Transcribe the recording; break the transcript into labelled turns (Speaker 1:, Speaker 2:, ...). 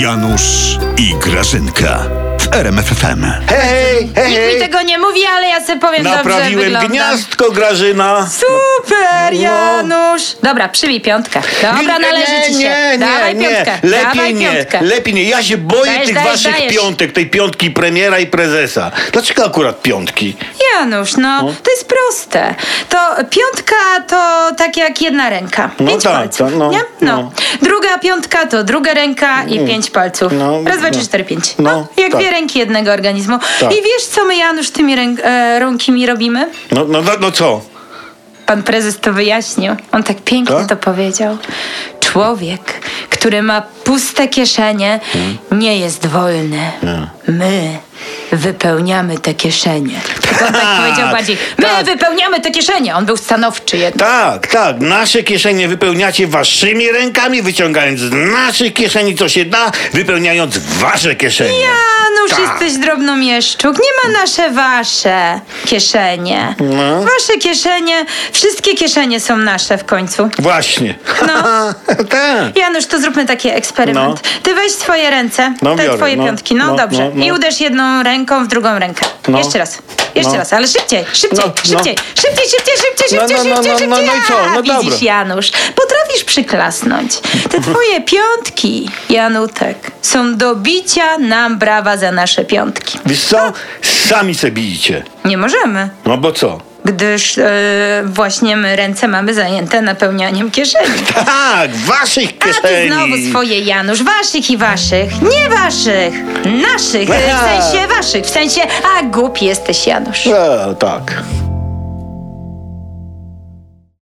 Speaker 1: Janusz i Grażynka w RMFFM.
Speaker 2: Hej, hej, hej,
Speaker 3: Nikt mi
Speaker 2: hej.
Speaker 3: tego nie mówi, ale ja sobie powiem dobrze
Speaker 2: Naprawiłem No.
Speaker 3: wyglądam.
Speaker 2: gniazdko, Grażyna.
Speaker 3: Super, Janusz! Dobra, przybij piątkę. Dobra, należy ci się.
Speaker 2: Nie, nie,
Speaker 3: Dawaj
Speaker 2: nie.
Speaker 3: piątkę.
Speaker 2: Lepiej
Speaker 3: Dawaj
Speaker 2: nie,
Speaker 3: piątkę.
Speaker 2: lepiej nie. Ja się boję
Speaker 3: Dajesz,
Speaker 2: tych
Speaker 3: dajesz,
Speaker 2: waszych
Speaker 3: dajesz.
Speaker 2: piątek, tej piątki premiera i prezesa. Dlaczego akurat piątki?
Speaker 3: Janusz, no, to jest proste. To piątka to tak jak jedna ręka.
Speaker 2: No
Speaker 3: Pięć
Speaker 2: tak,
Speaker 3: palców.
Speaker 2: tak, no,
Speaker 3: nie? No.
Speaker 2: no.
Speaker 3: Druga piątka to druga ręka i pięć palców.
Speaker 2: No,
Speaker 3: Raz, dwa, trzy,
Speaker 2: no.
Speaker 3: cztery, pięć.
Speaker 2: No,
Speaker 3: No, jak
Speaker 2: tak.
Speaker 3: dwie ręki jednego organizmu.
Speaker 2: Tak.
Speaker 3: I wiesz, co my, Janusz, tymi ręk- e, rąkimi robimy?
Speaker 2: No, no, no, no co?
Speaker 3: Pan prezes to wyjaśnił. On tak pięknie
Speaker 2: Tak?
Speaker 3: to powiedział. Człowiek, który ma puste kieszenie,
Speaker 2: Hmm?
Speaker 3: nie jest wolny. My wypełniamy te kieszenie. Tylko on tak powiedział bardziej. My
Speaker 2: tak.
Speaker 3: wypełniamy te kieszenie. On był stanowczy jednak.
Speaker 2: Tak, tak. Nasze kieszenie wypełniacie waszymi rękami, wyciągając z naszych kieszeni co się da, wypełniając wasze kieszenie.
Speaker 3: Janusz,
Speaker 2: Tak.
Speaker 3: no jesteś drobnomieszczuk. Nie ma nasze wasze kieszenie.
Speaker 2: No.
Speaker 3: Wasze kieszenie, wszystkie kieszenie są nasze w końcu.
Speaker 2: Właśnie.
Speaker 3: No.
Speaker 2: tak.
Speaker 3: Janusz, to zróbmy taki eksperyment.
Speaker 2: No.
Speaker 3: Ty weź swoje ręce,
Speaker 2: No,
Speaker 3: te
Speaker 2: biorę,
Speaker 3: twoje
Speaker 2: no,
Speaker 3: piątki, no,
Speaker 2: no,
Speaker 3: dobrze.
Speaker 2: no, no.
Speaker 3: I uderz jedną ręką w drugą rękę.
Speaker 2: No.
Speaker 3: Jeszcze raz, jeszcze
Speaker 2: No.
Speaker 3: raz, ale szybciej, szybciej,
Speaker 2: No, no.
Speaker 3: szybciej, szybciej, szybciej,
Speaker 2: No,
Speaker 3: szybciej, szybciej,
Speaker 2: no, no,
Speaker 3: szybciej,
Speaker 2: no, no,
Speaker 3: szybciej.
Speaker 2: no i co? No
Speaker 3: A, Widzisz,
Speaker 2: dobra. Mhm.
Speaker 3: Janusz, potrafisz przyklasnąć. Te twoje piątki, Janutek, są do bicia nam brawa za nasze piątki.
Speaker 2: Wiesz co? Sami se bijcie.
Speaker 3: Nie możemy,
Speaker 2: No bo co?
Speaker 3: gdyż e, właśnie my ręce mamy zajęte napełnianiem kieszeni.
Speaker 2: Tak, waszych
Speaker 3: A ty
Speaker 2: kieszeni.
Speaker 3: znowu swoje, Janusz. Waszych i waszych. Nie waszych. Naszych. W
Speaker 2: Aha.
Speaker 3: sensie waszych. W sensie, a głupi jesteś, Janusz.
Speaker 2: E, tak.